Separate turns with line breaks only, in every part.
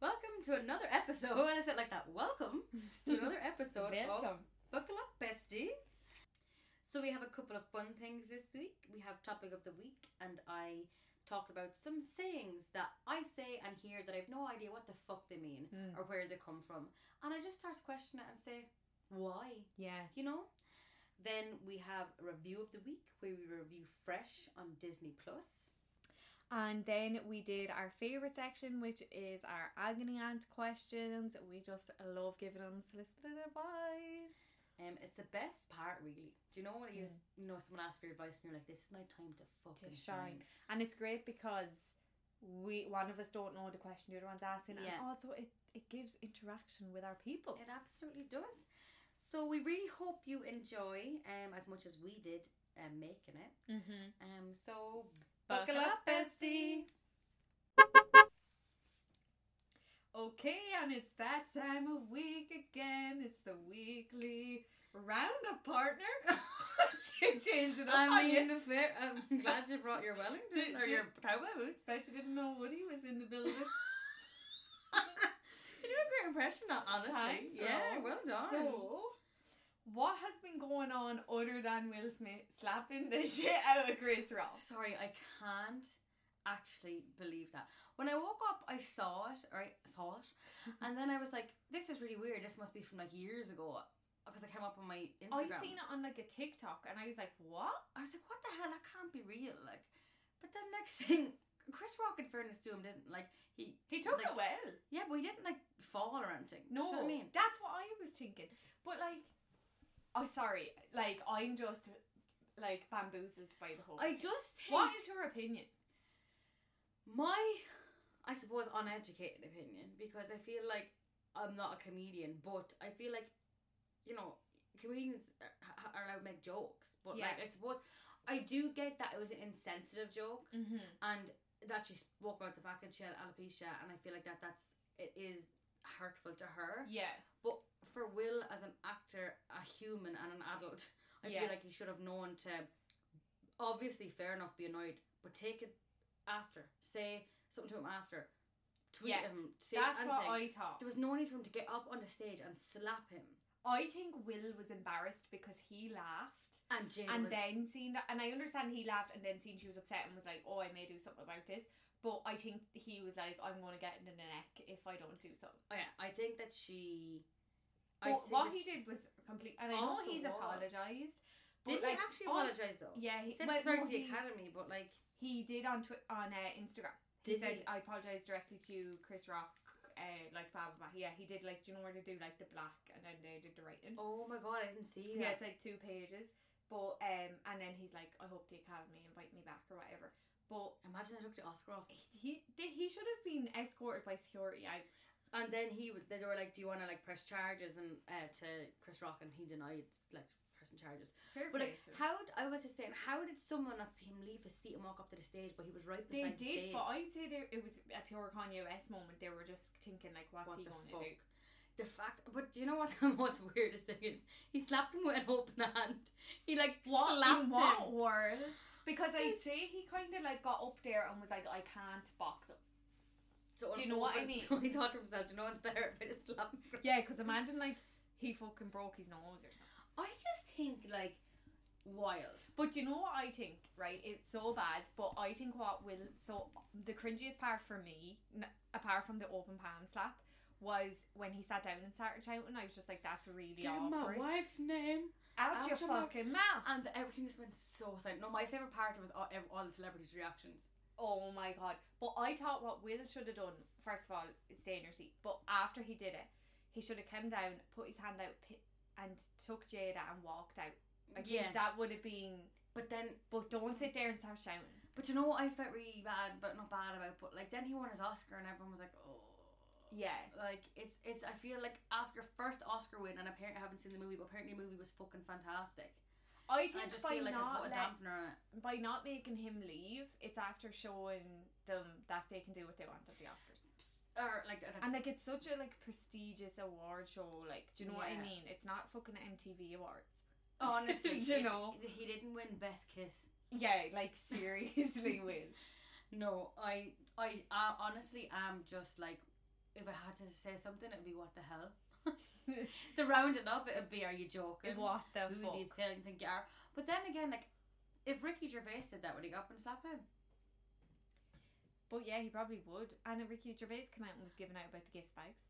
welcome to another episode. And I said like that, welcome to another episode of
Welcome.
Buckle Up Bestie. So we have a couple of fun things this week. We have topic of the week, and I talked about some sayings that I say and hear that I have no idea what the fuck they mean
Mm.
or where they come from, and I just start to question it and say, why?
Yeah.
You know. Then we have a review of the week where we review Fresh on Disney Plus.
And then we did our favourite section, which is our agony aunt questions. We just love giving unsolicited advice.
Um, it's the best part, really. Do you know when you, s you know someone asks for your advice and you're like, "This is my time to fucking
shine. And it's great because we one of us don't know the question the other one's asking,
Yeah.
and also it, it gives interaction with our people.
It absolutely does. So we really hope you enjoy um as much as we did um, making it.
Mm-hmm.
Um, so
Buckle up, bestie. Okay, and it's that time of week again. It's the weekly roundup, partner. she changed it up.
I
on you.
mean, fair, I'm glad you brought your Wellington
Did-
or your cowboy boots.
Bet you didn't know Woody was in the building.
you do a great impression, hon- honestly.
Thanks,
yeah,
Rose.
well done.
So, what has been going on other than Will Smith slapping the shit out of Grace Ross?
Sorry, I can't actually believe that. When I woke up, I saw it, or I saw it, and then I was like, this is really weird. This must be from like years ago. Because I came up on my
I
Instagram.
Oh, seen it on like a TikTok, and I was like, "What?
I was like, what the hell? That can't be real. Like, but then next thing, Chris Rock, in fairness to him, didn't like he
He took
like,
it well."
Yeah, but he didn't like fall or anything. Do you
No,
know what I mean,
that's what I was thinking. But like, oh, sorry, like I'm just like bamboozled by the whole.
I
thing.
just think
What is your opinion?
my, I suppose, uneducated opinion because I feel like I'm not a comedian, but I feel like, you know, comedians are, are allowed to make jokes, but
Yeah.
like I suppose I do get that it was an insensitive joke.
Mm-hmm.
and that she spoke about the fact that she had alopecia, and I feel like that that's it is hurtful to her.
Yeah,
But for Will as an actor, a human, and an adult, I
Yeah.
feel like he should have known to obviously fair enough be annoyed, but take it after, say something to him after, tweet
Yeah.
him, say
that's
anything.
what I thought.
there was no need for him to get up on the stage and slap him.
I think Will was embarrassed because he laughed.
And Jane
and
was,
then seen that, and I understand he laughed, and then seen she was upset and was like, "Oh, I may do something about this." But I think he was like, "I'm gonna get in the neck if I don't do something."
oh yeah, I think that she.
But
think
what
that
he
she-
did was complete, and I know
Off the
he's
wall.
apologized. but,
did
like,
he actually
all-
apologize though?
Yeah,
he
he,
said
well,
sorry
no,
to the
he-
academy, but like.
he did on twi- on uh, Instagram. he
Did
said,
he?
"I apologize directly to Chris Rock." Uh, like blah blah blah. Yeah, he did like. Do you know where to do like the black, and then they did the writing.
Oh my god, I didn't see
Yeah,
that.
it's like two pages. But um, and then he's like, "I hope the Academy invite me back or whatever." But
Imagine I took the Oscar off,
he he should have been escorted by security. I
and then he would. They were like, "Do you want to like press charges?" And uh, to Chris Rock, and he denied like pressing charges.
fair
But like,
play to him.
how I was just saying, how did someone not see him leave his seat and walk up to the stage? But he was right
they
beside the
did,
stage.
but I'd say there, it was a pure Kanye West moment. They were just thinking like, "What's
what
he
the
going to
fuck?
do?"
The fact, but do you know what the most weirdest thing is? He slapped him with an open hand. He like
What
slapped
in what
him.
world? Because I'd say he kind of like got up there and was like, "I can't box up."
So
Do you know what I
unfolded-
mean?
So he thought to himself, "Do you know what's better? A bit of slap." and grab."
Yeah, because imagine like he fucking broke his nose or something.
I just think like wild.
But you know what I think, right? It's so bad, but I think what will so the cringiest part for me, n- apart from the open palm slap, was when he sat down and started shouting. I was just like, "That's really awkward."
wife's name.
Out,
out
your
your mouth.
fucking mouth!
And everything just went so silent. No, my favorite part was all, ev- all the celebrities' reactions.
Oh my god! But I thought what Will should have done first of all is stay in your seat. But after he did it, he should have come down, put his hand out, pi- and took Jada and walked out. I think
Yeah.
that would have been.
But then,
But don't sit there and start shouting.
but you know what I felt really bad, but not bad about. But like then he won his Oscar, and everyone was like, oh.
Yeah.
Like it's it's I feel like after your first Oscar win, and apparently I haven't seen the movie, but apparently the movie was fucking fantastic.
I
And I
think
just
by
feel like I
not
put a
let-
dampener on it.
by not making him leave, it's after showing them that they can do what they want at the Oscars.
Or like, like
And like it's such a like prestigious award show. Like, do you know what
Yeah.
I mean? It's not fucking MTV awards.
honestly,
you
if
know.
he didn't win Best Kiss.
Yeah, like seriously, Will.
No, I I uh, honestly am just like if I had to say something, it'd be what the hell. to round it up, it'd be are you joking?
what the
Who
fuck?
do you think, think you are? But then again, like if Ricky Gervais did that, would he go up and slap him?
But yeah, he probably would. And Ricky Gervais came out and was giving out about the gift bags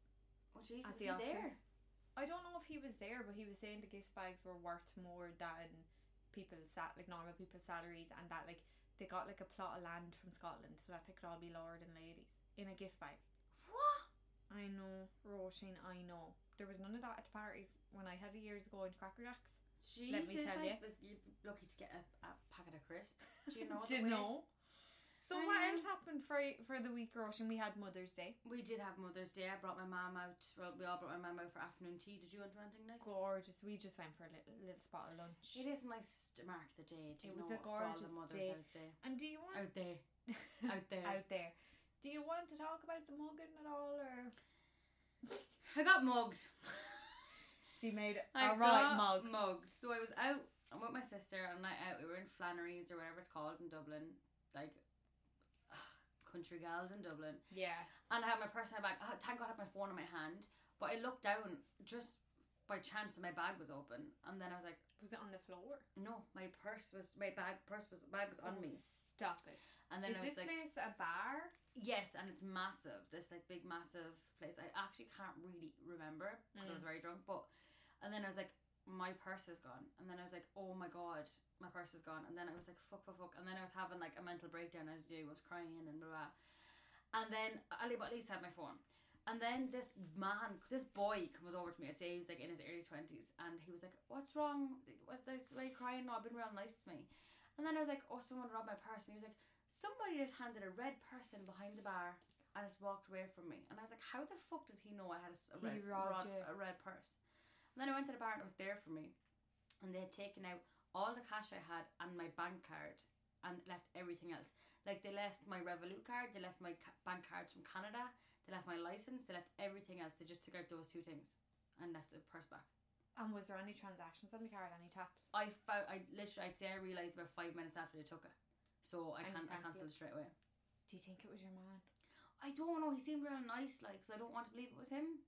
Oh jeez,
at
was
the
he
Oscars.
there?
I don't know if he was there, but he was saying the gift bags were worth more than people's sat like normal people's salaries, and that like they got like a plot of land from Scotland, so that they could all be lord and ladies in a gift bag.
What?
I know, Roisin, I know. There was none of that at the parties when I had it years ago in Cracker Jacks.
Jesus,
Let me tell you.
I was lucky to get a, a packet of crisps. Do you know?
Do you
the way?
know? So
I
what
know.
else happened for for the week, Roisin? We had Mother's Day.
We did have Mother's Day. I brought my mum out. Well, we all brought my mum out for afternoon tea. Did you want to do anything nice?
Gorgeous. We just went for a little little spot of lunch.
It is nice to mark the day. Do
It
you
was
know
a
what, for all the
gorgeous
mothers
day.
out there?
And do you want
Out there. Out there.
out there? Do you want to talk about the mugging at all, or
I got mugged.
she made
I
a right
got
mug?
Mugged. So I was out. I'm with my sister on a night out. We were in Flannery's or whatever it's called in Dublin. Like, country gals in Dublin.
Yeah.
and I had my purse in my bag. Oh, thank God I had my phone in my hand. But I looked down just by chance and my bag was open. And then I was like,
Was it on the floor?
no, my purse was, my bag, purse was, bag was on
Oh,
me.
Stop it.
And
Is
then I was
this
like,
place a bar?
yes, and it's massive. This like big, massive place. I actually can't really remember because I was very drunk. But, and then I was like, my purse is gone. And then I was like, oh my God, my purse is gone. And then I was like, fuck, fuck, fuck. And then I was having like a mental breakdown as you do. I was crying and blah, blah. And then Ali but at least had my phone. And then this man, this boy, comes over to me. I'd say he was like in his early twenties, and he was like, "What's wrong? What, this, why are you crying? No, I've been real nice to me." And then I was like, "Oh, someone robbed my purse." And he was like, "Somebody just handed a red purse in behind the bar and just walked away from me." And I was like, "How the fuck does he know I had a, s- a
He
red,
robbed
rob-
you.
a red purse?" And then I went to the bar and it was there for me, and they had taken out all the cash I had and my bank card and left everything else. Like they left my Revolut card, they left my ca- bank cards from Canada, they left my license, they left everything else. They just took out those two things and left the purse back.
And was there any transactions on the card? Any taps?
I found, I literally, I'd say I realized about five minutes after they took it, so I
And you
can I
cancelled.
cancelled it straight away.
Do you think it was your man?
I don't know. He seemed real nice, like so. I don't want to believe it was him.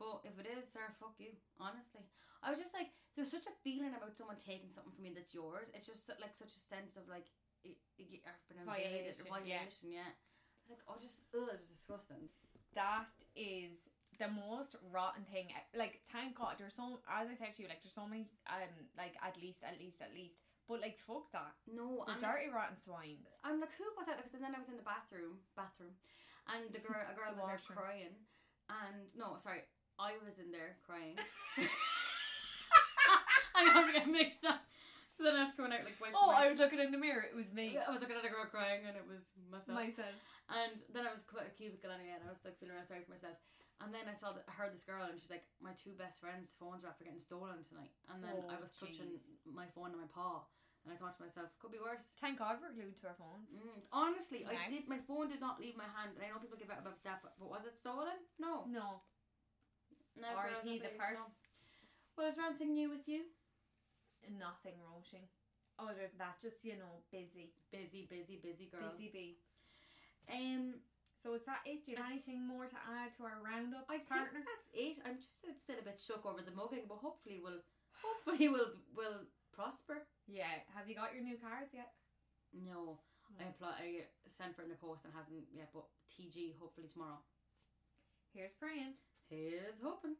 But if it is, sir, fuck you. Honestly, I was just like, there's such a feeling about someone taking something from you that's yours. It's just so- like such a sense of like, it, it, I've been invaded,
Violation,
violation.
yeah.
violation yeah. I was like, oh, just ugh, it was disgusting.
That is the most rotten thing. Like, thank God, there's so as I said to you, like there's so many, um, like at least, at least, at least. But like, fuck that.
No,
The
and
dirty rotten swines.
I'm like, who goes out? Because then I was in the bathroom, bathroom, and the girl, a girl
The
was
washroom.
there crying, and no, sorry, I was in there crying. I'm having to get mixed up. So then I was coming out like,
Oh,
wiping my-
looking in the mirror. It was me.
I was looking at a girl crying, and it was myself.
Myself.
And then I was quite a cubicle anyway, and I was like feeling real sorry for myself. And then I saw that, I heard this girl, and she's like, "My two best friends' phones are after getting stolen tonight." And then
Oh,
I was clutching my phone in my paw, and I thought to myself, "Could be worse."
Thank God we're glued to our phones.
Mm, honestly,
Yeah.
I did. My phone did not leave my hand, and I know people give out about that, but, but was it stolen? No.
No.
No.
R.I.P. the
girls, that's what it is,
parts.
no. Was there anything new with you?
Nothing roaching. Other than that, just you know, busy,
Busy, busy, busy girl.
busy bee.
Um,
So is that it? Do you have anything more to add to our roundup,
I
partner?
think that's it. I'm just uh, still a bit shook over the mugging, but hopefully we'll, hopefully we'll will prosper.
Yeah. Have you got your new cards yet?
No, I apply. I sent for it in the post and hasn't yet, but TG hopefully tomorrow.
Here's praying.
Here's hoping.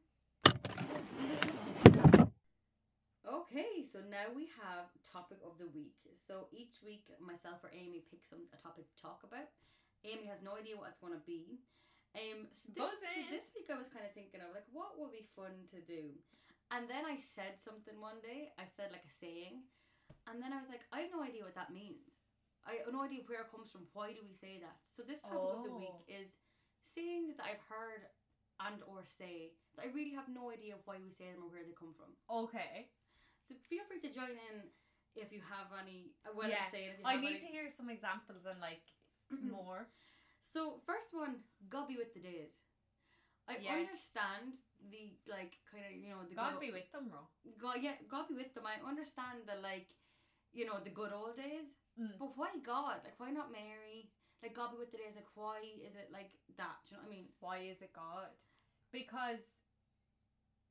Okay, so now we have topic of the week. So each week, myself or Amy pick some a topic to talk about. Amy has no idea what it's gonna be. Um, so this,
Buzzing.
this week I was kind of thinking of like what would be fun to do, and then I said something one day. I said like a saying, and then I was like, I have no idea what that means. I have no idea where it comes from. Why do we say that? So this topic of the week
Oh.
is sayings that I've heard and or say that I really have no idea why we say them or where they come from.
Okay.
So feel free to join in if you have any. uh, What
Yeah.
I'm saying. If you
I
have
need
any.
to hear some examples and like more.
So first one, gobby with the days. I
Yeah.
understand the like kind of you know the
God
good
be with them, Ro.
o- go, yeah gobby with them. I understand the like you know the good old days,
Mm.
but why God? Like why not Mary? like God be with today is like why is it like that? Do you know what I mean?
Why is it God? Because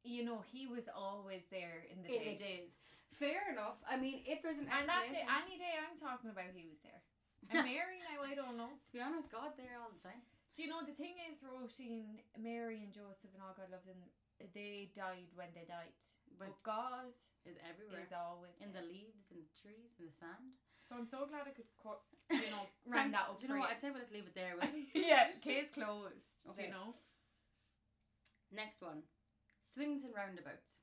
you know he was always there in the day.
It- it is fair enough. I mean, if there's an
And that
explanation,
day, any day I'm talking about, he was there. And Mary now, I don't know.
to be honest, God there all the time.
Do you know the thing is, Roisin, Mary, and Joseph, and all God loved them. They died when they died, but,
But
God
is everywhere
is always
in the
there.
leaves, in the trees, in the sand.
So I'm so glad I could, co- you know, round that up.
Do you
for
know what? I'd say we'll just leave it there. With
you. yeah, case closed. Do
Okay.
you know?
next one, swings and roundabouts.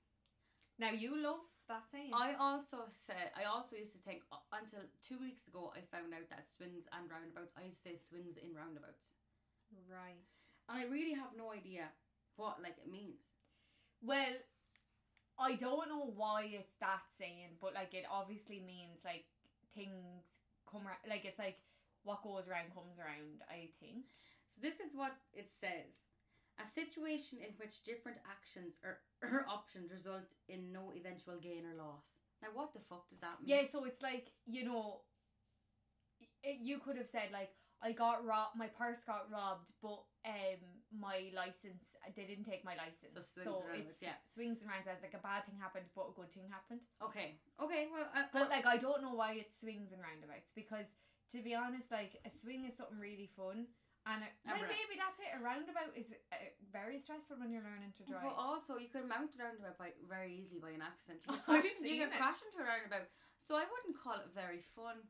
Now you love that saying.
I also said I also used to think uh, until two weeks ago I found out that swings and roundabouts. I used to say swings in roundabouts,
right.
and I really have no idea what like it means.
Well, I don't know why it's that saying, but like it obviously means like things come ra- like it's like what goes around comes around. I think.
So this is what it says. A situation in which different actions or, or options result in no eventual gain or loss. Now, what the fuck does that mean?
Yeah, so it's like you know, it, you could have said like I got robbed, my purse got robbed, but um my license they didn't take my license.
So swings and roundabouts,
it's
yeah.
swings and roundabouts. Like a bad thing happened, but a good thing happened.
Okay. Okay. Well, I,
But like I don't know why it's swings and roundabouts because to be honest, like a swing is something really fun. And it,
And
well,
we're-
maybe that's it. A roundabout is uh, very stressful when you're learning to drive.
But also, you could mount a roundabout by, very easily by an accident. You
I've
could crash,
seen
you
it.
could crash into a roundabout. So I wouldn't call it very fun.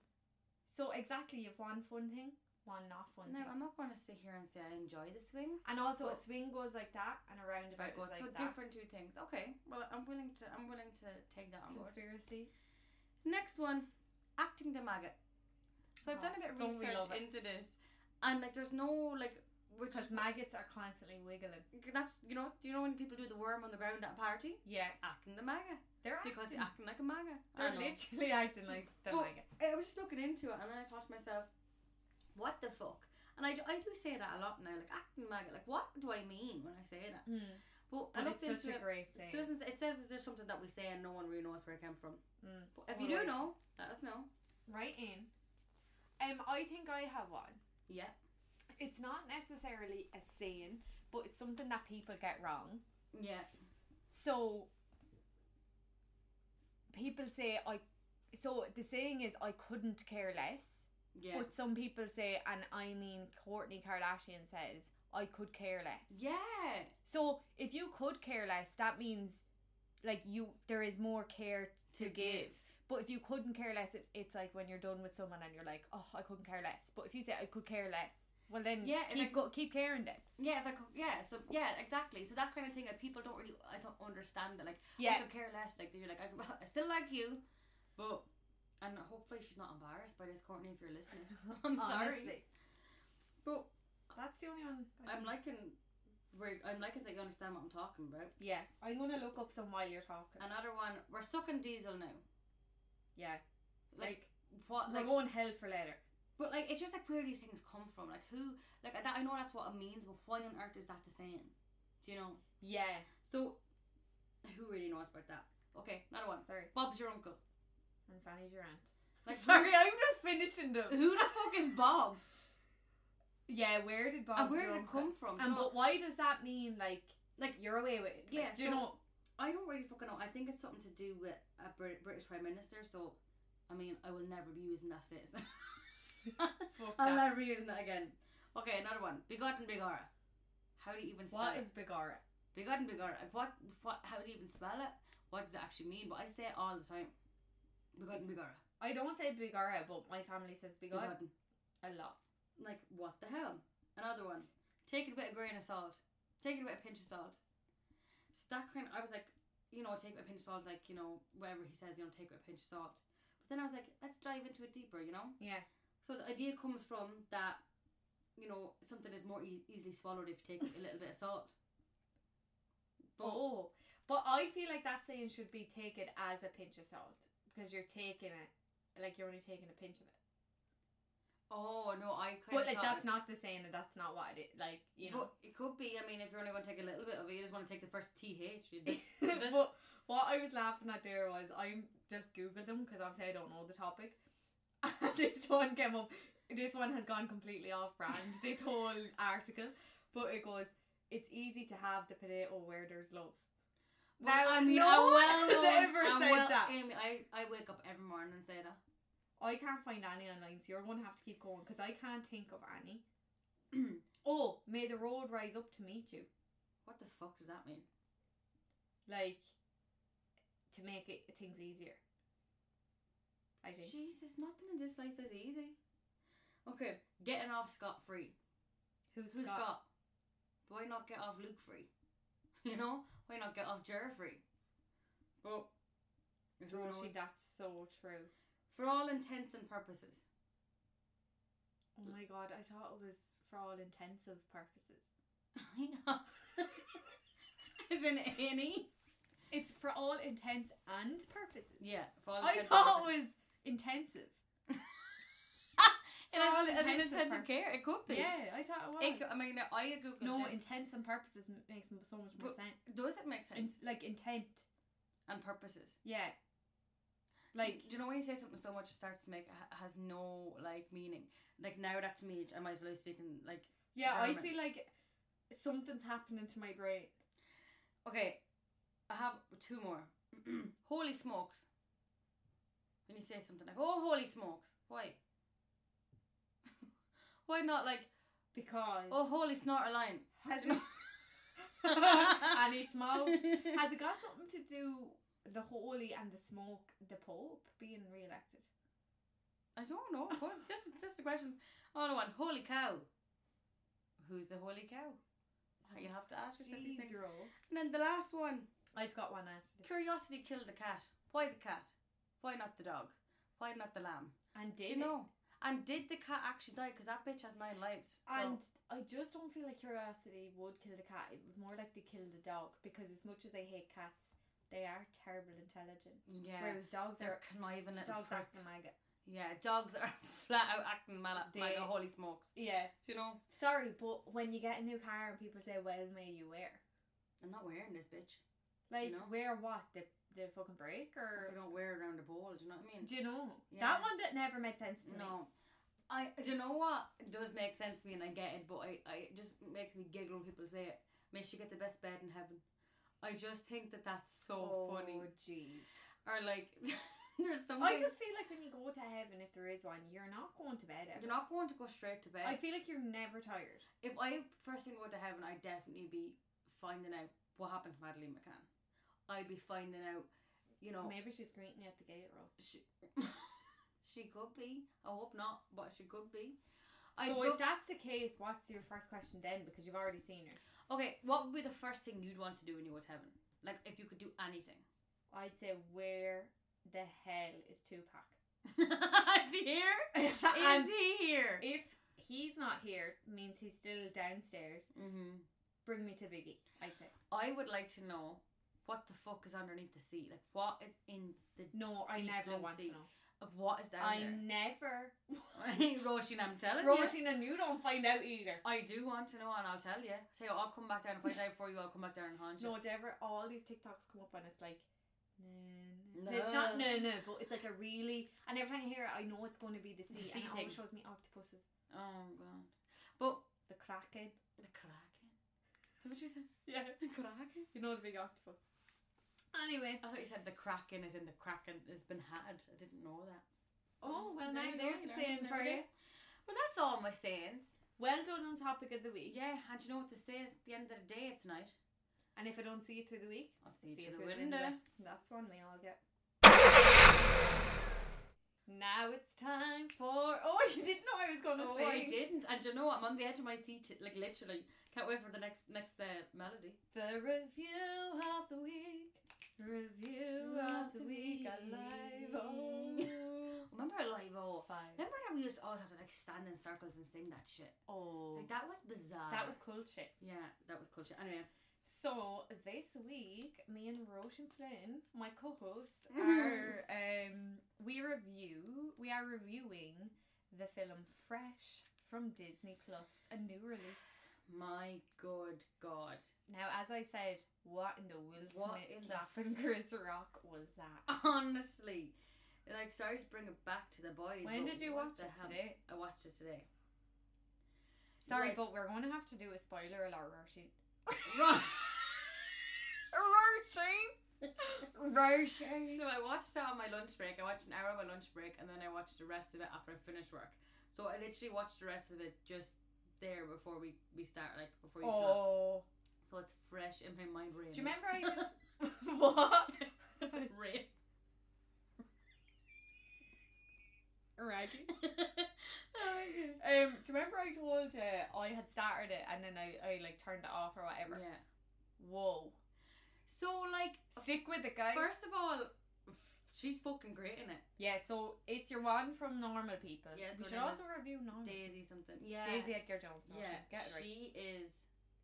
so exactly, you've one fun thing, one not fun
Now,
thing.
I'm not going to sit here and say I enjoy the swing.
And also, a
But-
swing goes like that, and a roundabout
But
goes like
so
that.
different two things. Okay. Well, I'm willing to. I'm willing to take that on board.
Conspiracy.
Next one, acting the maggot. So I've
Oh,
done a bit of
don't we
research
love it.
into this, and like, there's no like, which
Because maggots are constantly wiggling.
that's you know, do you know when people do the worm on the ground at a party?
Yeah,
Acting the maggot
they're acting.
because they're acting like a maggot. I
they're
know.
literally acting like they're
But-
maggot.
I was just looking into it, and then I thought to myself, what the fuck? And I do, I do say that a lot now, like acting maggot. Like, what do I mean when I say that? But,
But
I looked
Hmm. it's such
into
a
it.
great
It
thing.
doesn't it says is there something that we say and no one really knows where it came from?
Mm.
But if
Or
you do
always-
know, let us know.
Right in. Um, I think I have one.
Yeah.
It's not necessarily a saying, but it's something that people get wrong.
Yeah.
So people say I. So the saying is I couldn't care less.
Yeah.
But some people say, and I mean Courtney Kardashian says, I could care less.
yeah.
So if you could care less, that means like you there is more care to, give. But if you couldn't care less, it, it's like when you're done with someone and you're like, oh, I couldn't care less. But if you say I could care less, well then yeah,
Yeah, and
keep
I-
go, keep caring then.
Yeah, if I could, yeah, so yeah, exactly. So that kind of thing, like people don't really, I don't understand it. Like, I
Yeah,
could care less. Like, you're like, I, could- I still like you, but and hopefully she's not embarrassed by this, Courtney. If you're listening, I'm sorry,
Honestly.
but
That's the only one. I
I'm
can-
liking. We're, I'm liking that you understand what I'm talking about.
yeah, I'm gonna look up some while you're talking.
Another one, we're sucking diesel now.
yeah, like,
Like, what?
we're
Like,
going hell for leather.
but like, it's just like where these things come from. Like, who? Like, that, I know that's what it means, but why on earth is that the saying? Do you know?
Yeah,
So, who really knows about that? Okay, another one.
sorry,
Bob's your uncle.
and Fanny's your aunt.
Like,
sorry, I'm just finishing them.
Who the fuck is Bob?
Yeah, where did Bob?
and Uh, where did it come from? Do you
And but
know?
why does that mean like
Like-
you're away with? It?
Yeah,
do you
so-
know?
I don't really fucking know. I think it's something to do with a Brit- British Prime Minister, so I mean, I will never be using that status.
Fuck
I'll
that.
never be using that again. Okay, another one. Begotten Bigara. How do you even spell
What
it?
is Bigara?
Begotten Bigara. What, what, how do you even spell it? What does it actually mean? But I say it all the time. Begotten Bigara.
I don't say Bigara, but my family says Bigara
Begotten.
a lot.
Like, what the hell? Another one. Take it with a grain of salt. Take it with a pinch of salt. So that kind I was like, you know, take it with a pinch of salt, like, you know, whatever he says, you know, take it with a pinch of salt. But then I was like, let's dive into it deeper, you know?
Yeah,
So the idea comes from that, you know, something is more e- easily swallowed if you take a little bit of salt.
but oh, but I feel like that saying should be take it as a pinch of salt because you're taking it like you're only taking a pinch of it.
Oh, no, I kind
but like that's not the saying, and that's not what it is. Like you know.
But it could be, I mean, if you're only going to take a little bit of it, you just want to take the first TH. You'd
But,
be- but-
what I was laughing at there was I just googled them because obviously I don't know the topic. And this one came up. this one has gone completely off brand, this whole article. But it goes, it's easy to have the potato where there's love.
Well,
Now,
I mean,
no
I
one
well
has
known-
ever
I
said
well-
that.
Amy, I, I wake up every morning and say that.
I can't find any online, so you're going to have to keep going because I can't think of any. oh, may the road rise up to meet you.
What the fuck does that mean?
Like, to make it things easier. I think.
Jesus, nothing in this life is easy. Okay, getting off scot free.
Who's,
Who's
Scott?
Scott? Why not get off Luke free? You know? Why not get off Jer free? But as
Oh,
everyone
she,
knows,
that's so true.
for all intents and purposes.
Oh my god, I thought it was for all intensive purposes.
As in any?
It's for all intents and purposes.
Yeah, for all
I
intents and
thought it
purposes.
was intensive.
It
for
is
all
an- as an
intents and
intensive care, it could be.
Yeah, I thought it was.
It could, I mean, I googled
no,
this.
intents and purposes m- makes m- so much more
But-
sense.
Does it make
In,
sense?
like intent,
and purposes.
yeah.
Like,
Like
do you know when you say something so much, it starts to make ha- has no like meaning. Like now that's me, I might as well be speaking like
yeah, I
German.
feel like something's happening to my brain.
Okay, I have two more. holy smokes. When you say something like, oh, holy smokes. Why? Why not like,
Because
oh, holy snort a line?
has
you
it,
know.
and he smokes. Has it got something to do the holy and the smoke, the Pope being re-elected?
I don't know. What? That's, that's the question. Another one. Holy cow. Who's the holy cow? You have to ask yourself these things.
Jeez, Ro.
And then the last one.
I've got one after this.
Curiosity killed the cat. Why the cat? Why not the dog? Why not the lamb?
And did
Do you know? And did the cat actually die? Because that bitch has nine lives. so-
And I just don't feel like curiosity would kill the cat. It would more likely kill the dog because as much as I hate cats, they are terrible intelligent.
yeah,
Whereas dogs
they're
are
conniving little
dogs are
pricks.
maggot.
Yeah, dogs are flat out acting mal-
They-
like a holy smokes.
Yeah.
Do you know?
Sorry, but when you get a new car and people say, "Well, may you wear,"
I'm not wearing this bitch.
like
you know?
wear what the the fucking brake
If I
or
don't wear it around the bowl, do you know what I mean?
do you know
Yeah.
that one that never made sense to me.
No. I do you know what? It does make sense to me and I get it, but I, I it just makes me giggle when people say it. Makes you get the best bed in heaven. I just think that that's so funny.
Oh jeez.
Or like there's something
I just feel like when you go to heaven, if there is one, you're not going to bed ever.
you're not going to go straight to bed.
I feel like you're never tired.
if I first thing go to heaven, I'd definitely be finding out what happened to Madeline McCann. I'd be finding out, you know,
Maybe she's greeting you at the gate, Ro.
she, she could be. I hope not, but she could be. I'd
So
go-
if that's the case, what's your first question then? Because you've already seen her.
okay, what would be the first thing you'd want to do when you go to heaven? Like, if you could do anything.
I'd say where the hell is Tupac?
Is he here? Is
and
he here?
if he's not here, means he's still downstairs.
hmm
Bring me to Biggie. I'd say
I would like to know what the fuck is underneath the sea. Like, what is in the.
no. I
Deep
never
blue
want
sea.
to know.
What is down
I
there?
never.
Roisin, I'm telling you.
Roisin, and you don't find out either.
I do want to know, and I'll tell you. Say, I'll come back down if I die before you. I'll come back down and haunt you.
No, do you ever all these TikToks come up and it's like. No,
No.
It's not no no, but it's like a really and every time I hear it, I know it's going to be the sea.
The sea
and it always
thing.
shows me octopuses,
Oh god. But
the kraken.
the kraken. Is that What you said?
Yeah,
The kraken.
You know the big octopus. Anyway.
I thought you said the kraken is in the kraken has been hatted. I didn't know that.
Oh well, now
There you go,
there's
you
the
learn
saying
something
for you.
every day. Well, that's all my sayings.
Well done on topic of the week.
Yeah, and you know what they say at the end of the day tonight?
And if I don't see you through the week,
I'll see you
see you
through the
through the
window.
window. that's one we all get. Now it's time for. Oh, you didn't know I was going to
Oh, I
sing.
didn't. And you know what? I'm on the edge of my seat, like literally. Can't wait for the next next uh, melody.
The review of the week. Review of the week. I live on
Remember Alive O?
five.
Remember that we used to always have to like stand in circles and sing that shit.
Oh,
Like that was bizarre.
that was cool shit.
Yeah, that was culture. Anyway,
So this week, me and Roshan Flynn, my co-host,
Mhm.
are um, we review we are reviewing the film Fresh from Disney Plus, a new release.
my good god.
Now, as I said, what in the Will
What
Smith
in the-
slapping Chris Rock was that?
Honestly, And, Like, sorry to bring it back to the boys.
When
but
did you
what
watch
the
it
hell-
today?
I watched it today.
Sorry,
Like-
but we're going to have to do a spoiler alert, Roisin.
Right.
Roisin? Roisin.
So I watched that on my lunch break. I watched an hour on my lunch break, and then I watched the rest of it after I finished work. So I literally watched the rest of it just there before we we start, like before you. came up.
Oh.
So it's fresh in my mind. Rain.
Do you remember I was. what?
rain?
Raggy.
oh
Um, do you remember I told you I had started it and then I, I like turned it off or whatever?
Yeah.
Whoa.
So like,
Stick with it, guys.
first of all, f- she's fucking great in it.
yeah, so it's your one from normal people.
Yeah, so
we
her
should
name
also
is
review normal.
Daisy something. Yeah.
Daisy Edgar Jones. no,
Yeah.
she- Get it right.
She is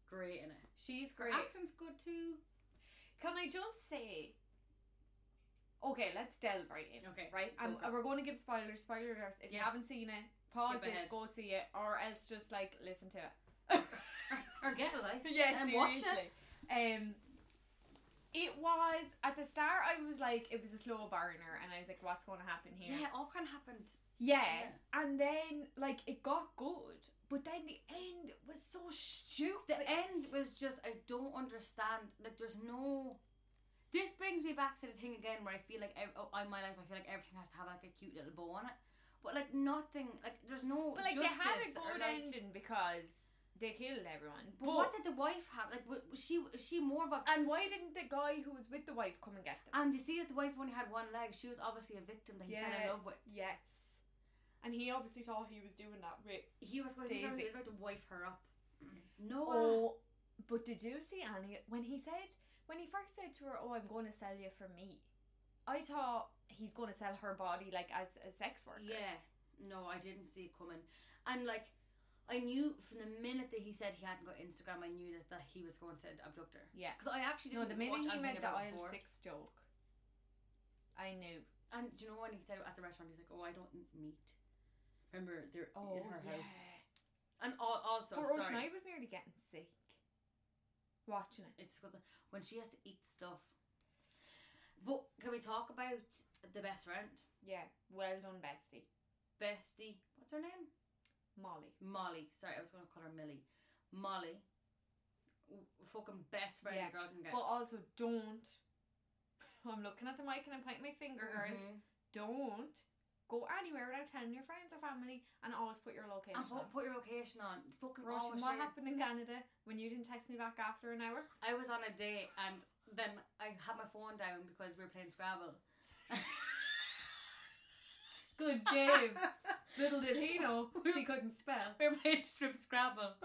great in it.
She's
Her
great.
acting's good too.
Can I just say? Okay, let's delve right in.
Okay.
Right,
go
um,
for it.
we're going to give spoilers. Spoiler alerts. If you
Yes.
haven't seen it, pause
Skip
this,
ahead.
go see it, or else just like listen to it.
Or get a life.
yes,
And
seriously.
watch it.
Um, it was at the start. I was like, it was a slow burner, and I was like, what's going to happen here?
Yeah, all kind of happened.
Yeah.
Yeah.
And then like it got good, but then the end was so stupid.
The end was just I don't understand. Like there's no. This brings me back to the thing again where I feel like ev- oh, in my life I feel like everything has to have like a cute little bow on it, but like nothing like there's no.
But like
justice
they had a
or,
good
like-
ending because they killed everyone.
But what did the wife have? Like wa- was she was she more of a.
and why didn't the guy who was with the wife come and get them?
And you see that the wife only had one leg. She was obviously a victim that he fell in
Yeah.
love with.
yes. And he obviously thought he was doing that with
He was going. He was
Daisy.
about to wife her up. No.
Oh, but did you see Annie when he said when he first said to her, "Oh, I'm going to sell you for meat." I thought he's going to sell her body like as a sex worker.
Yeah. No, I didn't see it coming. And like I knew from the minute that he said he hadn't got Instagram, I knew that, that he was going to abduct her.
Yeah.
Because I actually
No,
didn't
the minute
watch
he
anything
made the
about it
aisle
before.
six joke, I knew.
And do you know when he said it at the restaurant, he's like, "Oh, I don't eat meat." Remember, they're
Oh,
in her house. And al- also,
Poor Roisin,
sorry,
I was nearly getting sick watching it.
it's because when she has to eat stuff. But can we talk about the best friend,
Yeah, well done, bestie,
bestie? What's her name?
Molly.
Molly. Sorry, I was going to call her Millie. Molly, W- fucking best friend
Yeah,
a girl can get.
But also, don't. I'm looking at the mic and I'm pointing my finger, girls.
Mhm.
Don't go anywhere without telling your friends or family, and always put your location.
And put, put your location on. Fucking
on. Roisin,
always
what
share.
happened in Canada when you didn't text me back after an hour?
I was on a date and then I had my phone down because we were playing Scrabble.
Good Little did he know she couldn't spell.
we were playing strip Scrabble.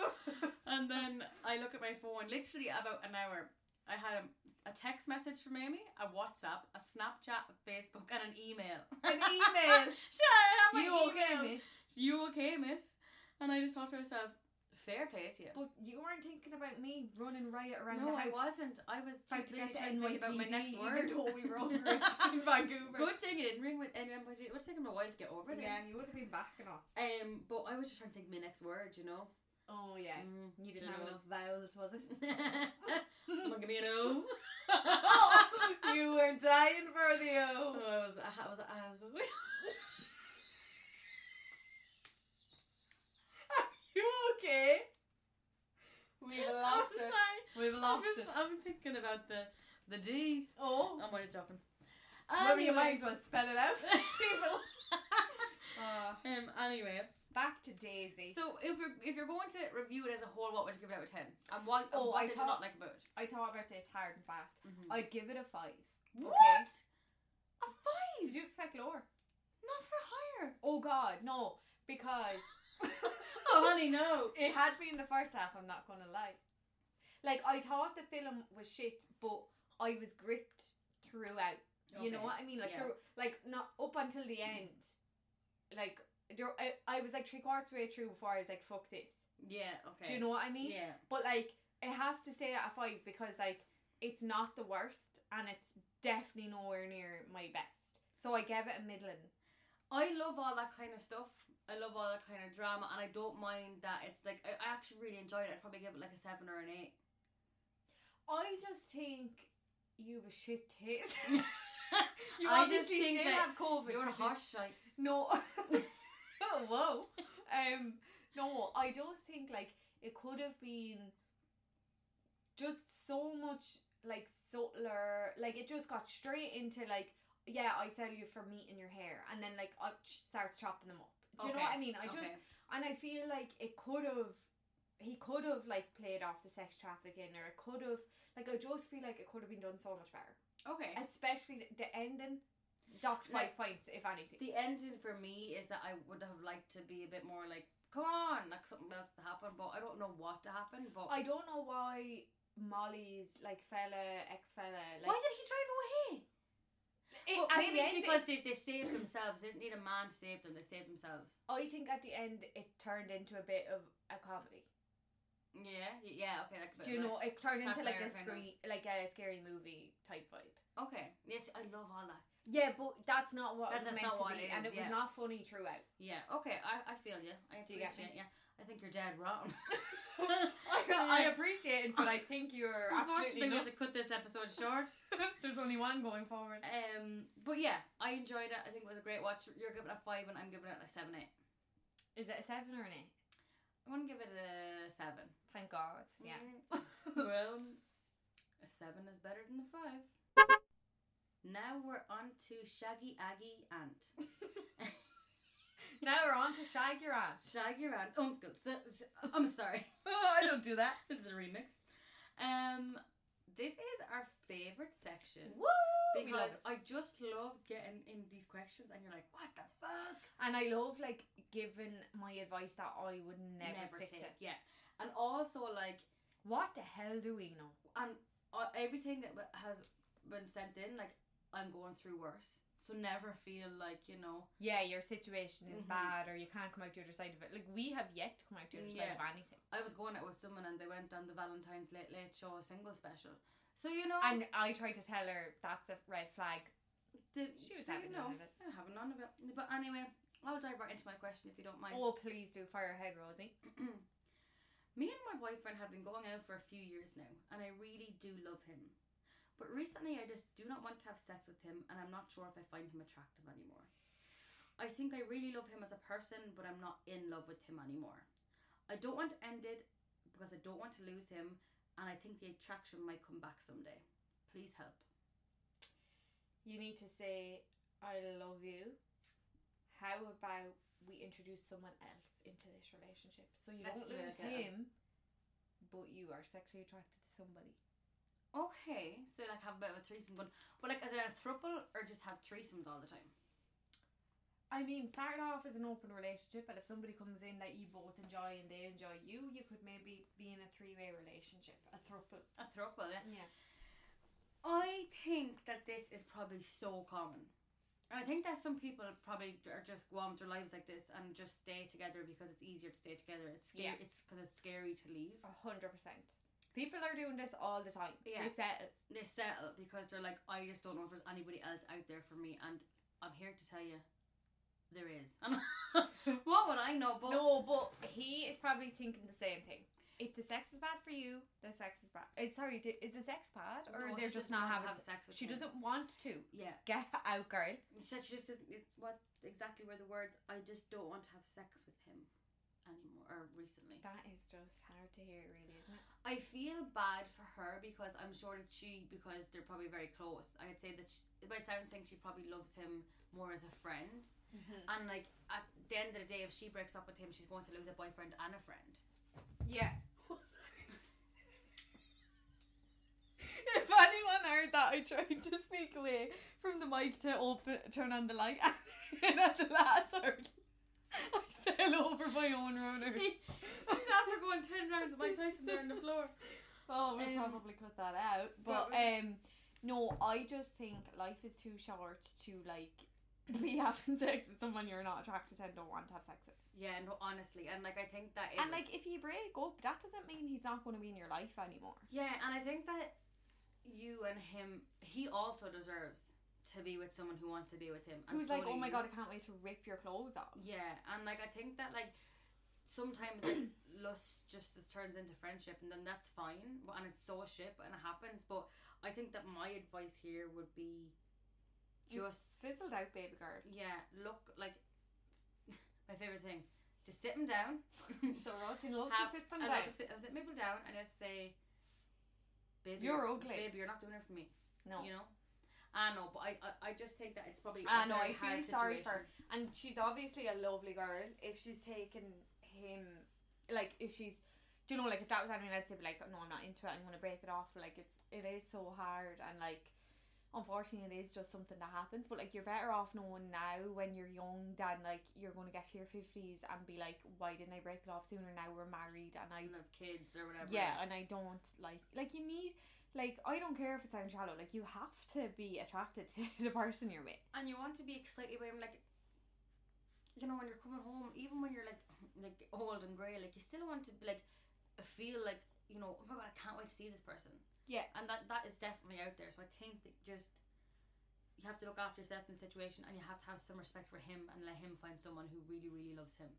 And then I look at my phone, literally about an hour. I had a, a text message from Amy, a WhatsApp, a Snapchat, a Facebook, and an email.
An email.
Shit, I had my
you okay,
email.
miss?
You okay, miss? And I just thought to myself, fair play to you.
But you weren't thinking about me running riot around the
no,
house.
I wasn't. I was
Trying
too
to get
busy
the
trying to think about my
NYPD,
next
even
word.
though we were over in Vancouver.
Good thing it didn't ring with anyone, but it would take him a while to get over it.
Yeah, you would have been backing off.
Um, but I was just trying to think of my next word, you know.
Oh yeah.
Mm,
You
you
didn't have
know.
enough vowels, was it?
Someone give me an O.
Oh, you were dying for the O.
Oh, I was, I was, I was.
You okay? We've
I'm
lost it.
sorry.
We've
I'm
lost
just,
it.
I'm thinking about the, the D.
Oh,
I'm going to drop him.
well, you might as
Anyway.
well spell it out. People. Uh,
um. Anyway,
back to Daisy.
so if you're if you're going to review it as a whole, what would you give it out of ten? And what? and
Oh,
what
I
did you
thought-
not like about it?
I thought about this hard and fast.
Mhm.
I'd give it a five.
What? A five?
Did you expect lower?
Not for higher.
Oh God, no! Because
Oh, honey, no.
it had been the first half. I'm not gonna lie. Like I thought the film was shit, but I was gripped throughout. You know
Okay.
what I mean? Like,
yeah.
there, like not up until the end. Like there, I, I was like three quarters way through before I was like, "Fuck this."
Yeah.
Do
Okay.
you know what I mean?
Yeah.
But like, it has to stay at a five because like it's not the worst, and it's definitely nowhere near my best. So I gave it a middling.
I love all that kind of stuff. I love all that kind of drama, and I don't mind that it's like I, I actually really enjoyed it. I'd probably give it like a seven or an eight.
I just think you have a shit taste. You
I just
obviously
think
still
that
have COVID.
You're a
because
hot
you've-
shite.
No. Whoa. Um, no, I just think like it could have been just so much like subtler. Like it just got straight into like, yeah, I sell you for meat in your hair, and then like I ch- starts chopping them up. Do you know what
Okay,
I mean? I just
okay.
and I feel like it could have, he could have like played off the sex trafficking, or it could have, like I just feel like it could have been done so much better.
Okay.
Especially the, the ending, docked five
Like-
points if anything.
The ending for me is that I would have liked to be a bit more like, come on, like something else to happen, but I don't know what to happen. But
I don't know why Molly's like fella ex fella like
why did he drive away?
it,
Well,
at
maybe
the
it's
end
because
it-
they, they saved themselves. They didn't need a man to save them. They saved themselves.
I think at the end it turned into a bit of a comedy.
Yeah, y- yeah, okay. Like, a bit
Do you
of
know
a
it turned into like
satire
a
kind of-
scree- like a scary movie type vibe.
Okay. Yes, I love all that.
Yeah, but that's not what
That-
it was
that's
meant
not
to
what
be,
it
and
is,
it was
yeah.
not funny throughout.
Yeah, okay. I, I feel you. I
Do you get
appreciate you. I think you're dead wrong.
appreciate it,
but
I think you're
Unfortunately, we have to cut this episode short.
There's only one going forward.
Um, but yeah, I enjoyed it. I think it was a great watch. You're giving it a five, and I'm giving it a seven eight.
Is it a seven or an eight?
I'm gonna give it a seven.
Thank God. Yeah.
well, a seven is better than a five. Now we're on to Shaggy Aggie Aunt.
now we're on to Shag Your Ass.
Shaggy Aunt Uncle. S- s- I'm sorry.
Oh, I don't do that.
This is a remix. Um, this is our favorite section.
Woo! We love
Because
it.
I just love getting in these questions, and you're like, "What the fuck?"
and I love like giving my advice that I would never, stick
take.
to.
Yeah, and also like,
What the hell do we know?
and uh, everything that w- has been sent in, like, I'm going through worse. So never feel like you know.
Yeah, your situation is
Mhm.
bad, or you can't come out the other side of it. Like we have yet to come out the other side
Yeah.
of anything.
I was going out with someone, and they went on the Valentine's Late Late Show single special. So you know,
And I tried to tell her that's a red flag.
the-
she was
so
having
you know,
none of it.
I'm having none of it. But anyway, I'll dive right into my question if you don't mind.
Oh, please do fire ahead, Rosie.
Me and my boyfriend have been going out for a few years now, and I really do love him. But recently, I just do not want to have sex with him, and I'm not sure if I find him attractive anymore. I think I really love him as a person, but I'm not in love with him anymore. I don't want to end it because I don't want to lose him, and I think the attraction might come back someday. Please help.
You need to say, "I love you." How about we introduce someone else into this relationship so you
That's
don't
the way I
lose
get it.
him, but you are sexually attracted to somebody.
Okay, so like have a bit of a threesome going, but like as in a throuple or just have threesomes all the time.
I mean, start off as an open relationship, but if somebody comes in that you both enjoy and they enjoy you, you could maybe be in a three way relationship, a throuple.
A throuple, yeah.
Yeah.
I think that this is probably so common. And I think that some people probably are just go on with their lives like this and just stay together because it's easier to stay together. It's scary.
Yeah.
It's because it's scary to leave.
A hundred percent. People are doing this all the time.
Yeah.
They settle.
They settle because they're like, I just don't know if there's anybody else out there for me, and I'm here to tell you, there is. And what would I know? But
no, but he is probably thinking the same thing. If the sex is bad for you, the sex is bad. Uh, sorry, d- is the sex bad or
No,
they're
she
just
doesn't
not
want to
having?
have
se-
sex with
she
him.
doesn't want to
Yeah,
get out, girl.
she said she just doesn't. It, what exactly were the words? I just don't want to have sex with him anymore. Or recently,
That is just hard to hear, really, isn't it?
I feel bad for her because I'm sure that she, because they're probably very close. I'd say that she, by the sounds of things, she probably loves him more as a friend.
Mm-hmm.
And like at the end of the day, if she breaks up with him, she's going to lose a boyfriend and a friend.
Yeah. If anyone heard that, I tried to sneak away from the mic to open, turn on the light, and at the last hurdle, I fell over my own runner.
He's after going ten rounds of Mike Tyson there on the floor.
Oh, we'll
Um,
probably cut that out. But
but-
um, no, I just think life is too short to like be having sex with someone you're not attracted to and don't want to have sex with.
Yeah, no, honestly, and like I think that, it
And
would-
like, if you break up, that doesn't mean he's not going to be in your life anymore.
yeah, and I think that you and him, he also deserves to be with someone who wants to be with him. and
Who's
so
like, oh
do
my
you."
god, I can't wait to rip your clothes off.
Yeah, and like I think that like sometimes like, lust just as turns into friendship, and then that's fine, but- and it's so ship and it happens. But I think that my advice here would be Just
Fizzled out, baby girl.
yeah, look like my favorite thing. Just sit them down.
So Rosie loves
Have-
to sit them
I
down.
love to sit, I sit people down and I say, "Baby,
You're ugly."
Baby, you're not doing it for me.
No.
you know. I know, but I, I, I just think that it's probably.
I
a
know,
very
I
hard
feel sorry for
situation.
And she's obviously a lovely girl. If she's taken him, like if she's, do you know, like if that was anyone, I'd say be like, no, I'm not into it. I'm gonna break it off. Like it's, it is so hard, and like, unfortunately, it is just something that happens. But like, you're better off knowing now when you're young than like you're gonna get to your fifties and be like, why didn't I break it off sooner? Now we're married, and I
and have kids or whatever.
yeah, and I don't like like you need like I don't care if it sounds shallow. Like you have to be attracted to the person you're with.
and you want to be excited by him, like. You know, when you're coming home, even when you're like like old and grey, like you still want to like feel like you know, oh my god, I can't wait to see this person.
Yeah.
and that that is definitely out there. So I think that just you have to look after yourself in the situation, and you have to have some respect for him and let him find someone who really, really loves him.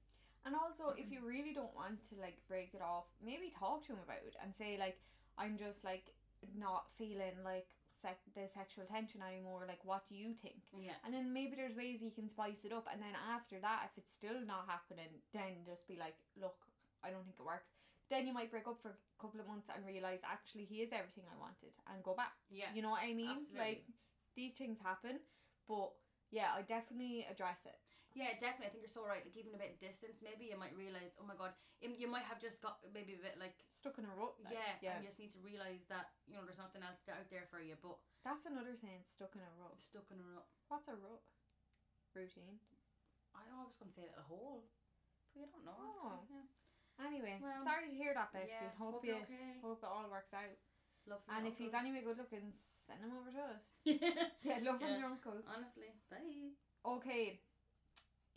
And also, if you really don't want to like break it off, maybe talk to him about it and say like, I'm just like not feeling like sec- the sexual tension anymore. Like, what do you think?
Yeah,
And then maybe there's ways he can spice it up. And then after that, if it's still not happening, then just be like, look, I don't think it works. Then you might break up for a couple of months and realize actually he is everything I wanted and go back.
yeah,
You know what I mean? Like
Absolutely.
these things happen, but yeah, I definitely address it.
yeah. Definitely, I think you're so right. Like even a bit of distance, maybe you might realize, oh my god, im- you might have just got maybe a bit like.
Stuck in a rut. like,
yeah,
yeah.
and you just need to realize that you know there's nothing else out there for you but
That's another saying. Stuck in a rut.
stuck in a rut.
What's a rut? Routine.
I always gonna say that a hole, but you don't know.
Oh.
yeah.
Anyway,
Well,
sorry to hear that, Bessie. hope,
hope
you
you're okay.
hope it all works out.
Love from
and
your
if he's
uncles.
anyway good looking, send him over to us.
yeah,
Yeah, love from
Yeah.
your uncles.
honestly, bye.
Okay.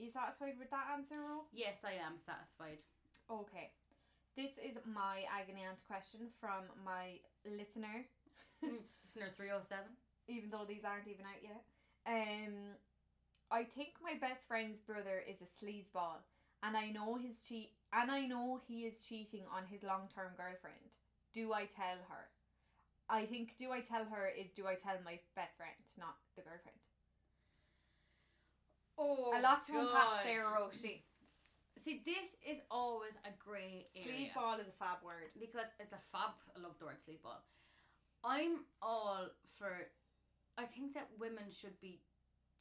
You satisfied with that answer, Ro?
Yes, I am satisfied.
Okay. This is my agony aunt question from my listener,
Listener 307.
even though these aren't even out yet. Um, I think my best friend's brother is a sleazeball, and I know his cheat, and I know he is cheating on his long-term girlfriend. Do I tell her? I think do I tell her is do I tell my best friend, not the girlfriend.
Oh,
a lot to
God.
unpack there, Roshi.
See, this is always a grey area.
Sleazeball is a fab word.
Because it's a fab, I love the word sleazeball. I'm all for, I think that women should be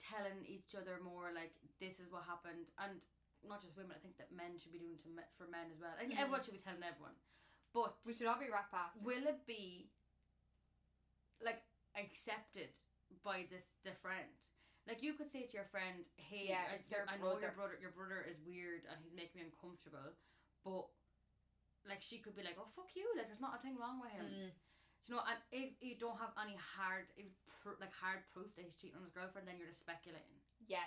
telling each other more like, this is what happened. And not just women, I think that men should be doing to me- for men as well. I think
Mhm.
everyone should be telling everyone. But
We should all be rat bastards.
will it be like accepted by this the friend like you could say to your friend hey
Yeah,
I,
it's their
I know
brother.
your brother your brother is weird and he's making me uncomfortable but like she could be like oh fuck you like there's not a thing wrong
Um,
with him Do you know and if you don't have any hard if pr- like hard proof that he's cheating on his girlfriend then you're just speculating
Yeah.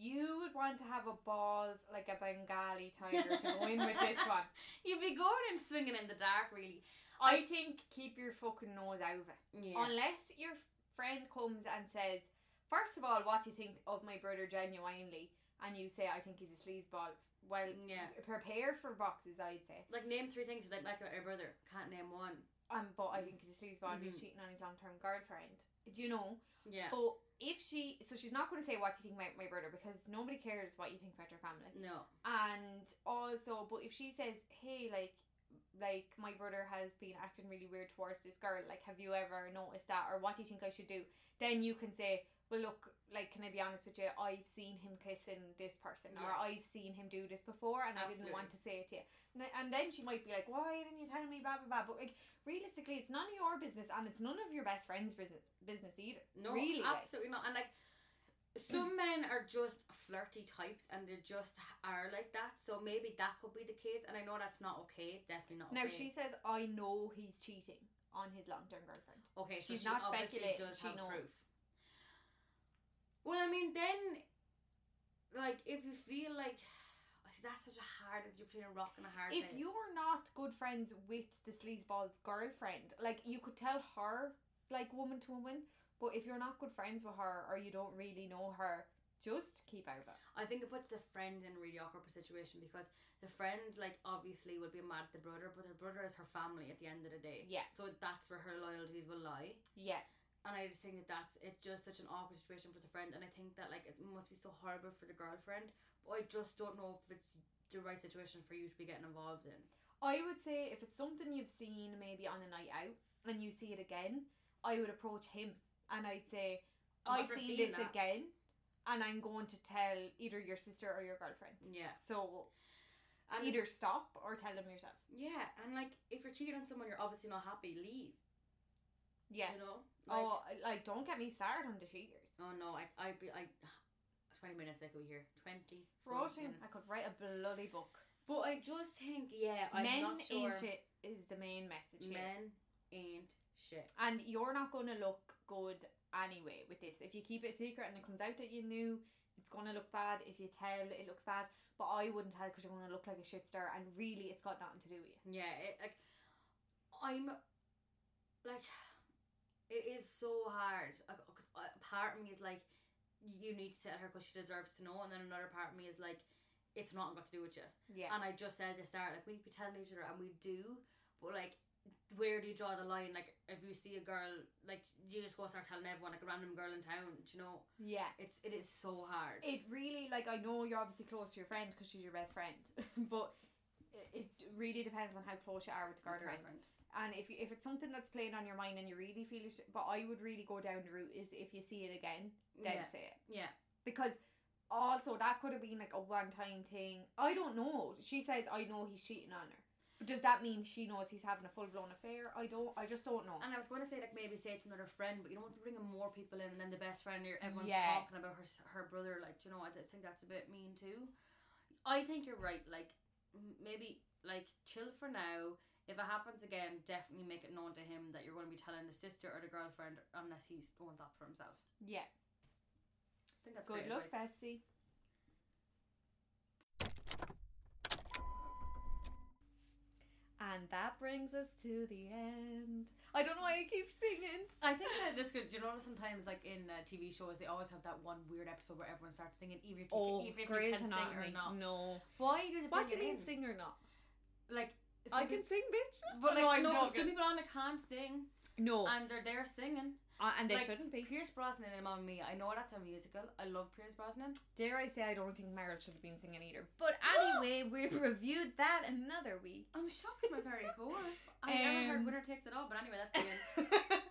You would want to have a balls like a Bengali tiger to go in with this one.
you'd be going and swinging in the dark really
I think keep your fucking nose out of it.
yeah
Unless your friend comes and says, first of all, what do you think of my brother genuinely? And you say, I think he's a sleazeball. Well,
Yeah.
prepare for boxes, I'd say.
like name three things you don't like about your brother can't name one
Um, but
Mm.
I think he's a sleazeball and he's
Mhm.
cheating on his long term girlfriend. Do you know?
yeah
But if she, so she's not going to say what do you think about my brother because nobody cares what you think about your family.
no
and also but if she says hey like like my brother has been acting really weird towards this girl like have you ever noticed that or what do you think i should do then you can say well look like can i be honest with you i've seen him kissing this person or
Yeah.
i've seen him do this before and i didn't want to say it to you and, I- and then she might be like why didn't you tell me blah blah blah but like realistically it's none of your business and it's none of your best friend's business business either
No,
Really, like-
absolutely not. And like, some men are just flirty types, and they just are like that. So maybe that could be the case. And I know that's not okay. Definitely not.
now
okay.
she says i know he's cheating on his long-term girlfriend
okay.
she's
so
not
she obviously
speculating,
Does
she
have
knows.
proof. Well, I mean, then, like, if you feel like. See, that's such a hard. You're between a rock and a hard.
if
place.
you were not good friends with the sleazeball's girlfriend, like you could tell her, like woman to woman, but if you're not good friends with her or you don't really know her, just keep out of it.
I think it puts the friend in a really awkward situation because the friend, like, obviously will be mad at the brother, but her brother is her family at the end of the day.
Yeah.
So that's where her loyalties will lie.
Yeah,
And I just think that that's it's just such an awkward situation for the friend, and I think that like it must be so horrible for the girlfriend. But I just don't know if it's the right situation for you to be getting involved in.
I would say if it's something you've seen maybe on a night out and you see it again, I would approach him and I'd say, I've
I'm not
seen
foreseeing
this
that.
again and I'm going to tell either your sister or your girlfriend.
Yeah,
So
and it's-
either stop or tell them yourself.
yeah, and like if you're cheating on someone, you're obviously not happy. Leave.
Yeah.
You know. Like,
oh, like don't get me started on the cheaters.
Oh no, I I be I. Twenty minutes I could be here. Twenty.
Rotten.
minutes.
I could write a bloody book.
But I just think yeah, I'm
Men
not sure.
ain't shit is the main message here.
Men ain't shit.
And you're not going to look good anyway with this. If you keep it a secret and it comes out that you knew, it's going to look bad. If you tell, it looks bad. But I wouldn't tell because you're going to look like a shit star and really it's got nothing to do with you.
Yeah, it, like I'm like it is so hard because part of me is like you need to tell her because she deserves to know, and then another part of me is like it's not got to do with you.
Yeah.
And I just said at the start, like, we need to be telling each other, and we do, but like, where do you draw the line? Like, if you see a girl, like, you just go start telling everyone, like, a random girl in town, do you know?
yeah.
It's, it is so hard.
It really, like, I know you're obviously close to your friend because she's your best friend. but it- it really depends on how close you are with the girlfriend. And if you, if it's something that's playing on your mind and you really feel it, but I would really go down the route is if you see it again, then
Yeah.
say it.
Yeah.
Because also that could have been like a one time thing. I don't know. She says I know he's cheating on her. But does that mean she knows he's having a full blown affair? I don't. I just don't know.
And I was going to say, like, maybe say it to another friend, but you don't want to bring in more people in, and then the best friend, you're, everyone's
Yeah.
talking about her, s- her brother, like, do you know, I just think that's a bit mean too. I think you're right, like, m- maybe, like, chill for now. If it happens again, definitely make it known to him that you're going to be telling the sister or the girlfriend, unless he owns up for himself.
Yeah.
I think that's
Good
great
luck,
advice.
Bessie. And that brings us to the end. I don't know why I keep singing.
I think that this could. Do you know sometimes like in uh, TV shows they always have that one weird episode where everyone starts singing, even if you, even if you
Oh, Grey's
can sing or
Anatomy.
not.
No.
Why do they
What
bring
do you
it
mean
in?
sing or not?
Like
I
some
can
peop-
sing, bitch.
but like
no, I'm
no,
joking.
some people on there can't sing
No,
and they're there singing.
uh, and they
Oh. like-
shouldn't be.
Pierce Brosnan and Mamma Mia. I know that's a musical. I love Pierce Brosnan.
Dare I say, I don't think Meryl should have been singing either. But anyway, we've reviewed that another week.
I'm shocked by very cool. I never
Um,
heard Winner Takes It All, but anyway, that's the end.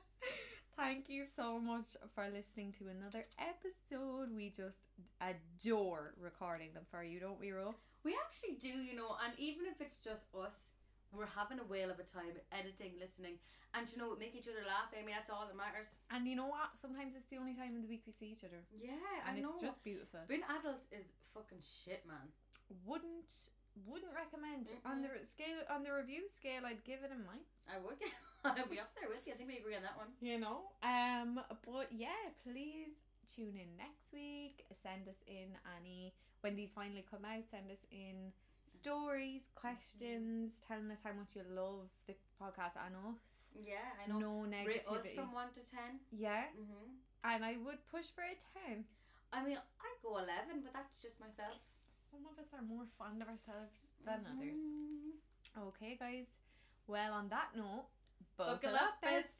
Thank you so much for listening to another episode. We just adore recording them for you, don't we, Ro?
We actually do, you know, and even if it's just us, we're having a whale of a time editing, listening, and you know, make each other laugh. I mean, that's all that matters.
And you know what? Sometimes it's the only time in the week we see each other.
Yeah,
And
I know.
it's just beautiful.
Being adults is fucking shit, man.
Wouldn't wouldn't recommend
Mm-mm.
on the re- scale on the review scale. I'd give it a minus.
I would. I'd be up there with you. I think we agree on that one.
you know um but yeah please tune in next week send us in any when these finally come out send us in stories questions telling us how much you love the podcast and us
Yeah, I know.
no
Rate us
negativity
from one to ten.
yeah
Mm-hmm.
and i would push for a 10
I mean, I go eleven, but that's just myself.
some of us are more fond of ourselves than others
Mhm.
okay guys well on that note
Buckle up, besties.